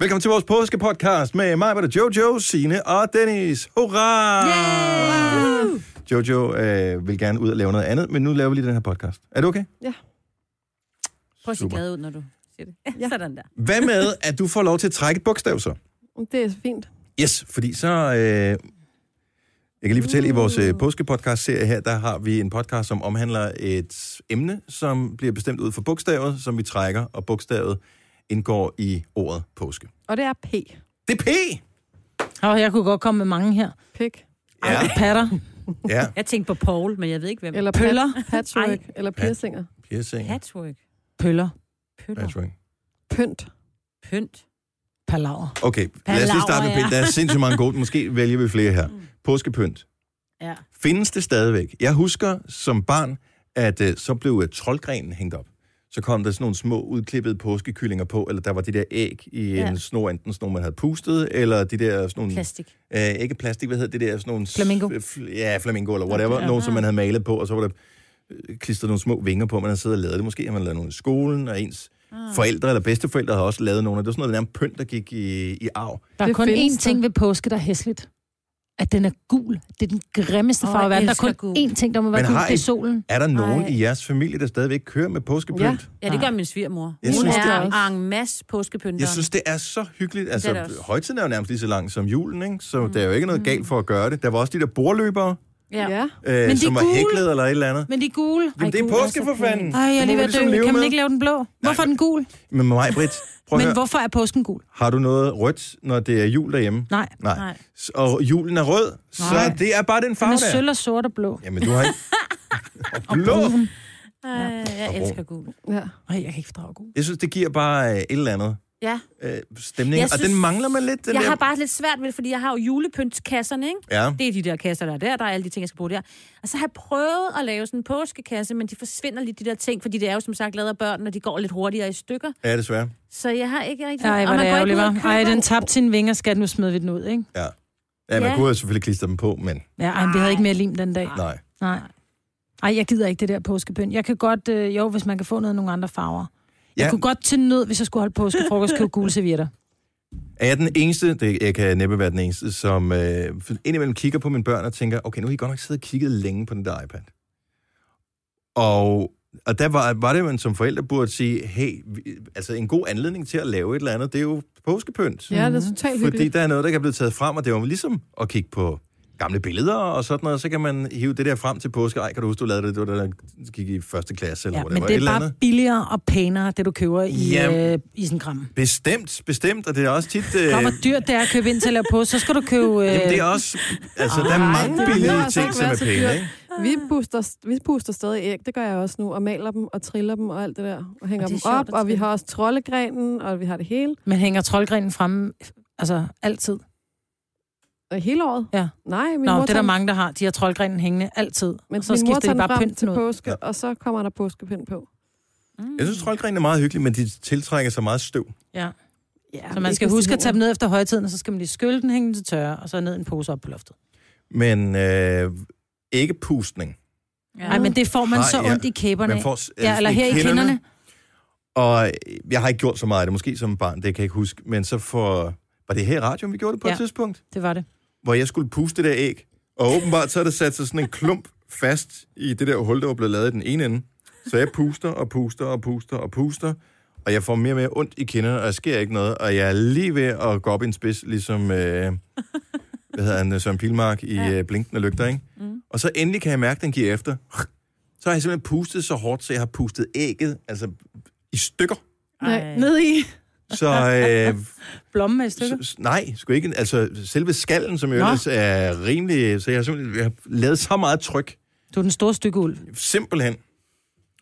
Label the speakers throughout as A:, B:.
A: Velkommen til vores påskepodcast med mig, var det Jojo, Sine og Dennis. Hurra!
B: Yay!
A: Jojo øh, vil gerne ud og lave noget andet, men nu laver vi lige den her podcast. Er det okay?
C: Ja.
B: Prøv at se
A: Super.
B: glad ud, når du siger det.
C: Ja.
B: Ja. Sådan der.
A: Hvad med, at du får lov til at trække et bogstav så?
C: Det er fint.
A: Yes, fordi så... Øh, jeg kan lige fortælle, i vores øh, påskepodcast-serie her, der har vi en podcast, som omhandler et emne, som bliver bestemt ud fra bogstavet, som vi trækker, og bogstavet indgår i ordet påske.
C: Og det er P.
A: Det er P!
D: Og jeg kunne godt komme med mange her.
C: Pik.
A: Ja,
D: Patter.
A: ja.
B: Jeg tænkte på Paul, men jeg ved ikke, hvem.
C: Eller
D: Pøller.
C: Pat, patchwork. eller piercinger.
A: Piercing.
B: Patchwork.
D: Pøller.
B: Pøller.
A: Patchwork.
C: Pynt.
B: Pynt.
D: Palaver.
A: Okay, lad os lige starte med pynt.
B: Palaver, ja. Mm.
A: Der er sindssygt mange gode. Måske vælger vi flere her. Påskepynt.
B: Ja.
A: Findes det stadigvæk? Jeg husker som barn, at øh, så blev øh, troldgrenen hængt op. Så kom der sådan nogle små udklippede påskekyllinger på, eller der var de der æg i ja.
B: Ja.
A: en snor, enten sådan nogle, man havde pustet, eller de der sådan nogle...
B: Plastik.
A: Øh, ikke plastik, hvad hedder det der? Sådan nogle, s-
D: Flamingo.
A: øh, fl- ja, flamingo eller whatever. Okay, Nogle, som man havde malet på, og så var der øh, klistret nogle små vinger på, man havde siddet og lavet det. Måske har man lavet nogle i skolen, og ens
B: Ah.
A: forældre eller bedsteforældre har også lavet nogle. Og det var sådan noget nærmest pynt, der gik i, i arv.
D: Der er
C: Det
D: kun
C: findes
D: én ting
C: der.
D: ved påske, der er hæsligt. At den er gul. Det er den grimmeste
B: Åh,
D: farve i
B: jeg
D: verden. Der er
B: elsker
D: kun
B: gul.
D: én ting, der må være
A: Men
D: gul.
A: har
D: Det er
A: I-
D: solen.
A: Er der nogen
B: Ej.
A: i jeres familie, der stadigvæk kører med påskepynt?
C: Ja.
B: Ja, det gør min svigermor.
A: Jeg
B: Hun
A: synes,
C: det
B: er
C: også.
B: en masse påskepynt.
A: Jeg synes, det er så hyggeligt.
B: er det
A: Altså,
B: også.
A: højtiden er jo nærmest lige så lang som julen, ikke? Så mm. der er jo ikke noget galt for at gøre det. Der var også de der bordløbere,
C: Ja. ja.
A: øh,
D: de
A: som var
D: gule.
A: hæklet eller et eller andet.
D: Men de er gule.
A: Jamen, det er
D: gul
A: påske
D: så
A: for
D: pænt.
A: fanden.
D: Ej, jeg
A: Det
D: er
A: må
D: lige
A: vi
D: ved at
A: ligesom
D: dø.
A: leve
D: Kan man
A: med.
D: ikke lave den blå? Hvorfor er den gul?
A: Men mig, Britt, prøv at
D: Men
A: høre.
D: hvorfor er påsken gul?
A: Har du noget rødt, når det er jul derhjemme?
D: Nej.
A: Nej.
B: Nej.
A: S- Og julen er rød,
D: Nej.
A: så det er bare den
D: Den
A: farve
D: er
A: der.
D: sølv og sort og blå.
A: Jamen, du har ikke... og blå.
B: Ej, jeg elsker gul.
C: ja.
D: Ej, jeg kan ikke fordrage gul.
A: Jeg synes, det giver bare øh, et eller andet
B: Ja.
A: øh, stemning.
B: Jeg
A: Synes... Og den
B: synes-
A: mangler man lidt, den
B: Jeg
A: der.
B: har bare lidt svært ved, fordi jeg har jo julepyntkasserne, ikke?
A: Ja.
B: Det er de der kasser, der er der. Der er alle de ting, jeg skal bruge der. Og så har jeg prøvet at lave sådan en påskekasse, men de forsvinder lidt, de der ting, fordi det er jo som sagt lavet af børn, og de går lidt hurtigere i stykker.
A: Ja, desværre.
B: Så jeg har ikke rigtig...
D: Ej,
B: og
D: hvor er
B: man
D: det
B: går ikke
D: ærgerligt,
B: ud og
D: var.
B: køber-
D: Ej, den tabte sine vinger, skat. Nu smed vi den ud, ikke?
A: Ja. Ja, man
B: Ja.
A: kunne jo selvfølgelig klistre dem på, men
D: Ja, ej, vi havde ikke mere lim den dag.
A: nej.
D: Nej. Ej, jeg gider ikke det der påskepynt. Jeg kan godt, øh, jo, hvis man kan få noget af nogle andre farver. Jeg
A: Ja.
D: kunne godt til nød, hvis jeg skulle holde påskefrokost, købe gule servietter.
A: Er jeg den eneste, det, jeg kan næppe være den eneste, som øh, indimellem kigger på mine børn og tænker, okay, nu har I godt nok siddet og kigget længe på den der iPad. Og, og der var, var det, man som forældre burde sige, hey, vi, altså en god anledning til at lave et eller andet, det er jo påskepynt.
C: ja, det
D: Mhm.
C: er totalt
A: Fordi
C: hyggeligt.
A: der er noget, der kan blive taget frem, og det var ligesom at kigge på gamle billeder og sådan noget, så kan man hive det der frem til påske. Ej, kan du huske, du lavede det, det var da der gik i første klasse eller
D: Ja,
A: ja,
D: men
A: whatever,
D: det
A: et
D: er
A: eller
D: bare
A: andet.
D: billigere og pænere, det du køber i,
A: Jamen.
D: øh, i sådan en kram.
A: Bestemt, bestemt, og det er også tit...
D: Og
A: Øh,
D: hvor dyrt det er at købe ind til at lave påske, så skal du købe... Øh,
A: Jamen, det er også... Altså, der er mange
C: det behøver
A: billige
C: altså
A: ting,
C: ikke
A: som er
C: være så
A: pæne,
C: dyrt.
A: ikke?
C: Vi booster, vi booster stadig æg, det gør jeg også nu, og maler dem, og triller dem, og alt det der, og hænger
B: Og det
C: dem
B: er sjovt
C: op,
B: at
C: og vi
B: trille.
C: har også troldegrenen, og vi har det hele,
D: Men hænger troldgrenen fremme altså, altid?
C: og hele året.
D: Ja.
C: Nej, min mor
D: Nå, det er der
C: tager-
D: mange, der har. De har troldgrenen hængende altid.
C: men
D: Men så
C: min mor
D: skifter
C: tager
D: de
C: den
D: bare
C: frem til
D: pynten ud.
C: påske, og så kommer der påskepind på.
A: Mm. Jeg
D: Mm.
A: synes, troldgrenen er meget hyggelig, men de tiltrækker så meget støv.
D: Ja.
C: Ja,
D: Så man skal huske at tage dem ned efter højtiden, og så skal man lige skylle den, hænge den til tørre, og så ned i en pose op på loftet.
A: Men øh, ikke pustning.
D: Nej, men det får man
A: Nej,
D: så
A: ja.
D: ondt i kæberne.
A: Man
D: af.
A: får altså, s- øh,
D: Ja, eller her i kinderne.
A: Og øh, jeg har ikke gjort så meget af det, måske som barn, det kan jeg ikke huske. Men så for... Var det her i radioen, vi gjorde det på ja.
D: Ja.
A: et tidspunkt?
D: Det var det.
A: Hvor jeg skulle puste det der æg. Og åbenbart så har det sat sig sådan en klump fast i det der hul, der var blevet lavet i den ene ende. Så jeg puster og puster og puster og puster. Og jeg får mere og mere ondt i kinderne, og jeg sker ikke noget. Og jeg er lige ved at gå op i en spids, ligesom... Øh, hvad hedder han, øh, Søren Pilmark i ja. Blinkende Lygter, ikke? Mm. Og så endelig kan jeg mærke, at den giver efter. Så har jeg simpelthen pustet så hårdt, så jeg har pustet ægget, altså i stykker.
C: Nej,
B: Ej.
C: ned i.
A: Så, øh,
D: Blomme i stykker.
A: s- s- nej, sgu ikke. Altså, selve skallen, som jo
D: Nå.
A: ellers er rimelig... Så jeg har simpelthen jeg har lavet så meget tryk,
D: Du er den store stykke ulv.
A: simpelthen.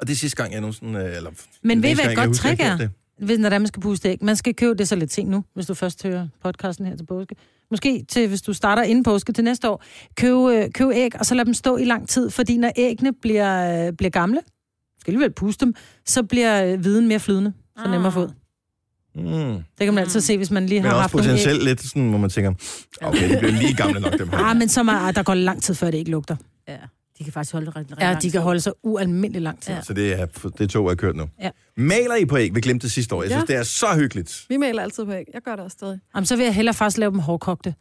A: Og det er sidste gang, jeg nogensinde... øh, Eller,
D: Men ved I,
A: næste
D: hvad
A: gang,
D: et
A: jeg
D: godt
A: husker, jeg
D: trick
A: har
D: er?
A: gjort det.
D: Ved I, hvordan man skal puste æg? Man skal købe det så lidt sent nu, hvis du først hører podcasten her til påske. Måske til, hvis du starter inden påske til næste år. Køb, øh, køb æg, og så lad dem stå i lang tid, fordi når æggene bliver, øh, bliver gamle, du skal alligevel puste dem, så bliver øh, viden mere flydende, så
B: Ah.
D: nemmere at få ud.
A: Mm.
D: Det kan man altid se, hvis man lige
A: Men
D: har
A: også
D: haft nogle æg.
A: potentielt lidt sådan, hvor man tænker, okay, de bliver lige gamle nok, dem her.
D: Ah, men som er, ah, der går lang tid, før det ikke lugter.
B: Ja, de De kan faktisk holde det rigtig, rigtig
D: Ja,
B: lang
D: de
B: tid.
D: kan holde sig ualmindeligt lang tid.
B: Ja.
D: Ja.
A: Så det er, det er to, jeg har kørt nu.
D: Ja.
A: Maler I på æg? Vi glemte det sidste år. Jeg synes,
C: Ja.
A: det er så hyggeligt.
C: Vi maler altid på æg. Jeg gør det også stadig.
D: Jamen, så vil jeg hellere faktisk lave dem hårdkogte.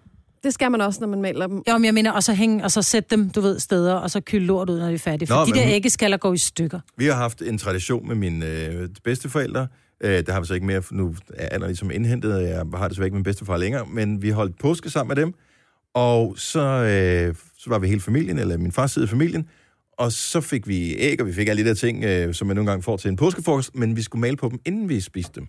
C: Det skal man også, når man maler dem.
D: Jo, men jeg mener, og så, hænge, og så sætte dem, du ved, steder, og så kylde lort ud, når de er færdige. For
A: Nå,
D: Nå, de
A: men-
D: der æggeskaller går i stykker.
A: Vi har haft en tradition med mine øh, bedsteforældre. Øh, der har vi så ikke mere, for nu er alderen ligesom indhentet, og jeg har desværre ikke min bedstefar længere, men vi holdt påske sammen med dem, og så, øh, så var vi hele familien, eller min fars side af familien, og så fik vi æg, og vi fik alle de der ting, øh, som man nogle gange får til en påskefrokost, men vi skulle male på dem, inden vi spiste dem.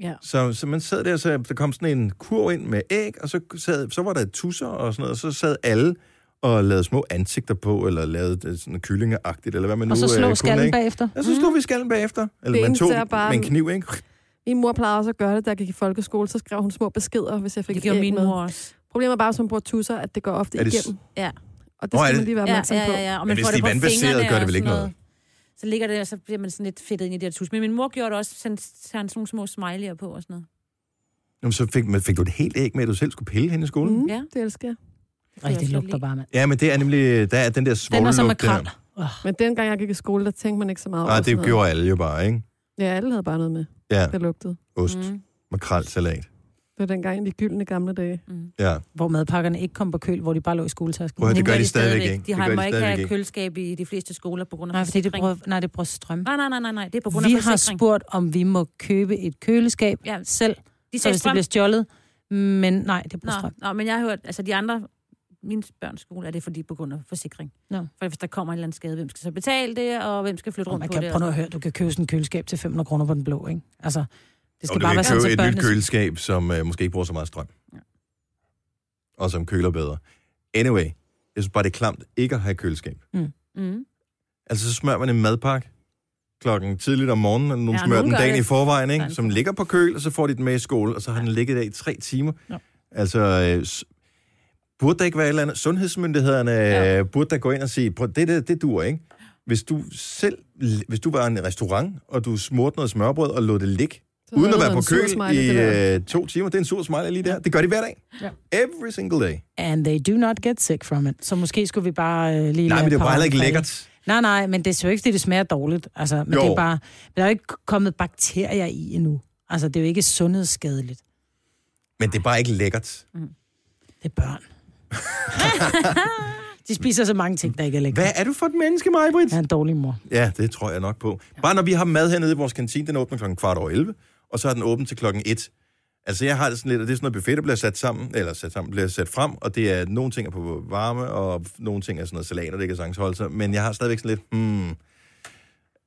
B: Ja.
A: Så, så man sad der, så der kom sådan en kurv ind med æg, og så, sad, så var der tusser og sådan noget, og så sad alle og lavede små ansigter på, eller lavede øh, sådan kyllingeagtigt, eller hvad man
D: Og
A: nu
D: så
A: øh,
D: slå
A: kunne,
D: skallen
A: ikke?
D: bagefter.
A: Ja, så slog vi skallen bagefter. Eller
C: Det
A: man
C: eneste
A: tog
C: er bare-
A: med en kniv, ikke?
C: Min mor plejede også at gøre det, da jeg gik i folkeskole. Så skrev hun små beskeder, hvis jeg fik
B: Det
C: et
B: gjorde
C: æg
B: min
C: med.
B: mor også.
C: Problemet er bare, hvis man bruger tusser, at det går ofte
A: Er det s-
C: igennem.
B: Ja.
C: Og det
A: Nå, er
C: skal
A: det-
C: man lige være
B: Ja,
C: opmærksom
B: ja,
C: på.
B: ja, ja. Og
A: Men
B: man
A: hvis
B: får
A: de
B: det
A: er
B: på
A: vandbaserede,
B: fingrene
A: gør det
B: og
A: vel ikke
B: sådan
A: noget?
B: Så ligger det, og så bliver man sådan lidt fedtet ind i de der tus. Men min mor gjorde det også, så tager han sådan nogle små smiley'er på og sådan noget.
A: Jamen, så fik, fik du et helt æg med, at du selv skulle pille hen i skolen? Mm.
C: Mm,
B: Ja.
C: det elsker jeg.
B: kan
D: Ej,
B: jeg
D: det
B: også godt
D: lugter
B: lide.
D: bare, mand.
A: Ja, men det er nemlig, der er den der
D: Den
A: svogle
D: er som
A: lugt der.
D: makrel. Oh.
C: Men dengang jeg gik i skole, der tænkte man ikke så meget over
A: Nej,
C: sådan
A: Ah, det
C: noget.
A: gjorde alle jo bare, ikke?
C: Ja, alle havde bare noget med,
A: Ja,
C: der lugtede.
A: ost, mm.
B: Mm.
A: makrel, salat.
C: Det var dengang i de gyldne gamle dage.
B: Mm.
A: Ja.
D: Hvor madpakkerne ikke kom på køl, hvor de bare lå i skoletasken.
A: Prøv at høre, det gør
B: gør
A: de
B: de
A: stadigvæk
B: stadigvæk.
A: ikke.
B: De
A: Det
B: har,
A: gør
B: må ikke have
A: stadigvæk ikke.
B: køleskab i de fleste skoler på grund af
D: Nej, fordi det
B: forsikring.
D: bruger, nej, det bruger strøm.
B: Nej, nej, nej, nej, nej. Det er på grund af
D: Vi har
B: forsikring.
D: spurgt, om vi må købe et køleskab
B: Ja,
D: selv,
B: de sagde
D: så hvis det
B: strøm.
D: bliver stjålet. Men nej, det bruger
B: Nå,
D: strøm.
B: nå, men jeg har hørt, altså de andre, mine børns skole, er det fordi på grund af forsikring.
D: Nå.
B: For hvis der kommer en eller anden skade, hvem skal så betale det, og hvem skal flytte
D: Og
B: rundt
D: man
B: på
D: kan,
B: det?
D: Oh
B: altså.
D: prøv nu at høre, du kan købe sådan et køleskab til 500 kroner på den blå, ikke? Altså, det
A: Og
D: skal
A: du
D: bare
A: kan
D: være sådan,
A: købe et
D: til
A: nyt
D: børnene...
A: køleskab, som øh, måske ikke bruger så meget strøm.
B: Ja.
A: Og som køler bedre. Anyway, jeg synes bare, det er klamt ikke at have køleskab.
B: Mm.
A: Altså, så smører man en madpakke klokken tidligt om morgenen, og nogen
B: Ja,
A: ja, smører
B: nogen
A: den
B: gør
A: dagen
B: det.
A: i forvejen, ikke?
B: Sådan.
A: som ligger på køl, og så får de den med i skole, og så har den ligget der i tre timer.
D: Ja.
A: Altså, øh, s- burde der ikke være et eller andet? Sundhedsmyndighederne
B: Ja.
A: ja. burde der gå ind og sige, prøv, det, det, det dur, ikke? Hvis du selv, hvis du var en restaurant, og du smurte noget smørbrød og lod det ligge,
C: Så
A: uden at
C: havde
A: være på
C: noget
A: køl
C: sursmiley, det der.
A: i øh, to timer, det er en sur smiley lige der. Det gør de hver dag.
D: Ja.
A: Every single day.
D: And they do not get sick from it. Så måske skulle vi bare øh, lige... lade
A: Nej, men det er jo bare heller
D: paraden
A: ikke
D: falde.
A: lækkert.
D: Nej, nej, men det er jo ikke, fordi det smager dårligt. Altså, men
A: Jo.
D: jo. det er bare... Der er jo ikke kommet bakterier i endnu. Altså, det er jo ikke sundhedsskadeligt.
A: Men det er bare ikke lækkert.
D: Det er børn. de spiser så mange ting, der ikke er lækre.
A: Hvad er du for et menneske, Majbrit?
D: Jeg er en dårlig mor.
A: Ja, det tror jeg nok på. Bare når vi har mad hernede i vores kantine, den åbner klokken kvart over 11, og så er den åben til klokken 1. Altså jeg har det sådan lidt, at det er sådan noget buffet, der bliver sat sammen, eller sat sammen, bliver sat frem, og det er nogle ting er på varme, og nogle ting er sådan noget salat, og det kan sagtens holde sig, men jeg har stadigvæk sådan lidt, hmm,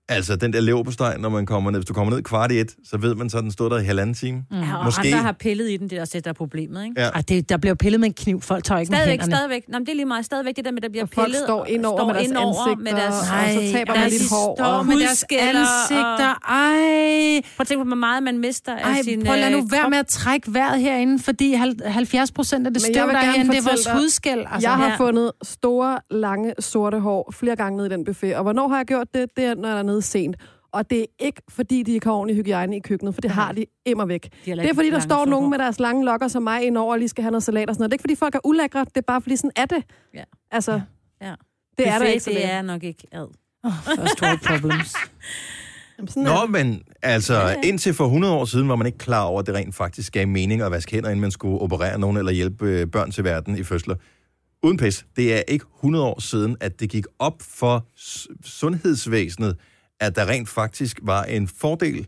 A: altså den der leverpostej, når man kommer ned, hvis du kommer ned kvart i et, så ved man så, at den stod der i halvanden time. Mm.
B: Ja, og
A: Måske-
B: Måske... andre har pillet i den, det er også det, der er problemet, ikke?
A: Ja.
D: Ej, det, der bliver jo pillet med en kniv. Folk tager ikke
B: Stadigvæk,
D: med hænderne.
B: stadigvæk. Nå, men det er lige meget. Stadigvæk det der med, der bliver
C: Og folk
B: pillet.
C: står ind over
B: står
C: med deres
B: ind over
C: ansigter,
B: med deres-
C: og så taber
B: Ej,
C: man
B: der
C: lidt
B: de
C: hår.
B: står
C: og-
D: Står med deres
B: Hudskælder
D: ansigter. Ej,
B: Prøv at tænke på, hvor meget man mister af
D: ej
B: sin...
D: prøv at lade nu
B: øh,
D: være
B: krop.
D: med at trække vejret herinde, fordi hal- 70 procent af det
C: Men jeg
D: støv,
C: vil
D: der er
C: gerne
D: herinde, det er vores
C: fortælle dig-
D: hudskæld. Altså,
C: Altså, jeg har
B: her-
C: fundet store, lange, sorte hår flere gange nede i den buffet. Og hvornår har jeg gjort det? Det er, når jeg er nede sent. Og det er ikke, fordi de ikke har ordentlig hygiejne i køkkenet, for det har de immer væk.
B: De har
C: Det er, fordi der
B: lange
C: står
B: sorte
C: nogen
B: hår.
C: med deres lange lokker som mig indover og lige skal have noget salat og sådan noget. Det er ikke, fordi folk er ulækre. Det er bare, fordi sådan er det.
B: Ja.
C: Altså,
B: Ja.
C: det er der
B: Buffet,
C: ikke så
B: det
C: det
B: er nok ikke ad.
D: Oh, first world problems.
A: Altså,
C: Jamen, sådan er
A: Nå,
C: det.
A: men altså, indtil for 100 år siden var man ikke klar over, at det rent faktisk gav mening at vaske hænder, inden man skulle operere nogen eller hjælpe øh, børn til verden i fødsler. Uden pis, det er ikke 100 år siden, at det gik op for s- sundhedsvæsenet, at der rent faktisk var en fordel.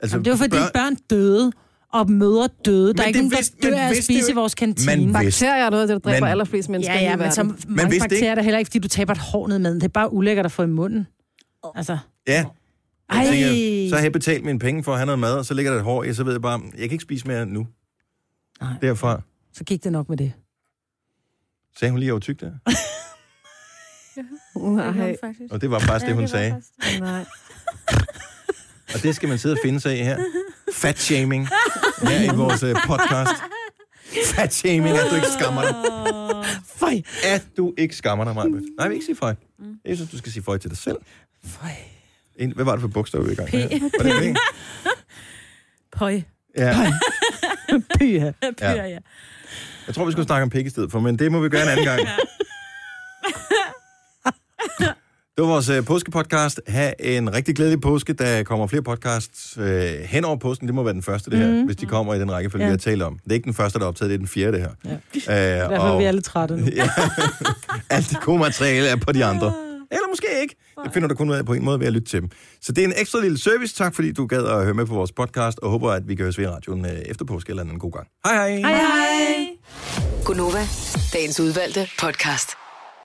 A: Altså,
D: Jamen, det var fordi børn, døde, og mødre døde. Der
A: Men
D: er ikke
A: det
D: nogen, der
A: vidste-
D: dør
A: man
D: af at
A: vidste det jo
D: spise i
A: ikke.
D: vores kantine.
A: Man vidste.
C: Bakterier er noget af det, der dræber
A: Men-
C: allerflest mennesker
D: ja, ja,
C: i
D: men så
C: verden.
D: mange
A: vidste
D: bakterier er der heller ikke, fordi du taber et hår ned med den. Det er bare ulækkert at få i munden. Altså,
A: Ja.
D: ej.
A: Jeg tænker, så har jeg betalt mine penge for at have noget mad, og så ligger der et hår i, så ved jeg bare, jeg kan ikke spise mere nu.
D: Nej.
A: Derfra.
D: Så gik det nok med det.
A: Sagde hun lige over tyk der?
C: Nej,
B: faktisk.
A: Og det var faktisk det, hun sagde.
C: nej.
A: Og det skal man sidde og finde sig i her. Fat shaming. Her i vores øh, podcast. Fat shaming, at du ikke skammer dig.
D: Føj.
A: At du ikke skammer dig, Maja. Nej, jeg vil ikke sige fej. Jeg synes, du skal sige fej til dig selv.
D: Føj.
A: En- Hvad var det for bogstav, vi var i gang med?
B: P.
A: her? Var det P?
B: Pøj.
A: Ja.
D: Pyha.
B: Pyr, ja.
A: Jeg tror, vi skulle snakke om pik i stedet for, men det må vi gøre en anden gang. Det var vores øh, påskepodcast. Ha' en rigtig glædelig påske. Der kommer flere podcasts øh, hen over påsken. Det må være den første, det her, mm. hvis de kommer i den rækkefølge, ja.
D: Mhm. Ja.
A: vi har talt om. Det er ikke den første, der er optaget, det er den fjerde, det her.
D: Ja.
A: Ja.
D: Derfor er vi alle trætte nu.
A: ja. Alt det gode materiale er på de andre.
D: Ah.
A: Eller måske ikke. Det finder du kun ud af på en måde ved at lytte til dem. Så det er en ekstra lille service. Tak fordi du gad at høre med på vores podcast, og håber, at vi kan høres ved i radioen øh, efter påske eller en god gang. Hej hej!
B: Hej, hej.
E: Gunova, dagens udvalgte podcast.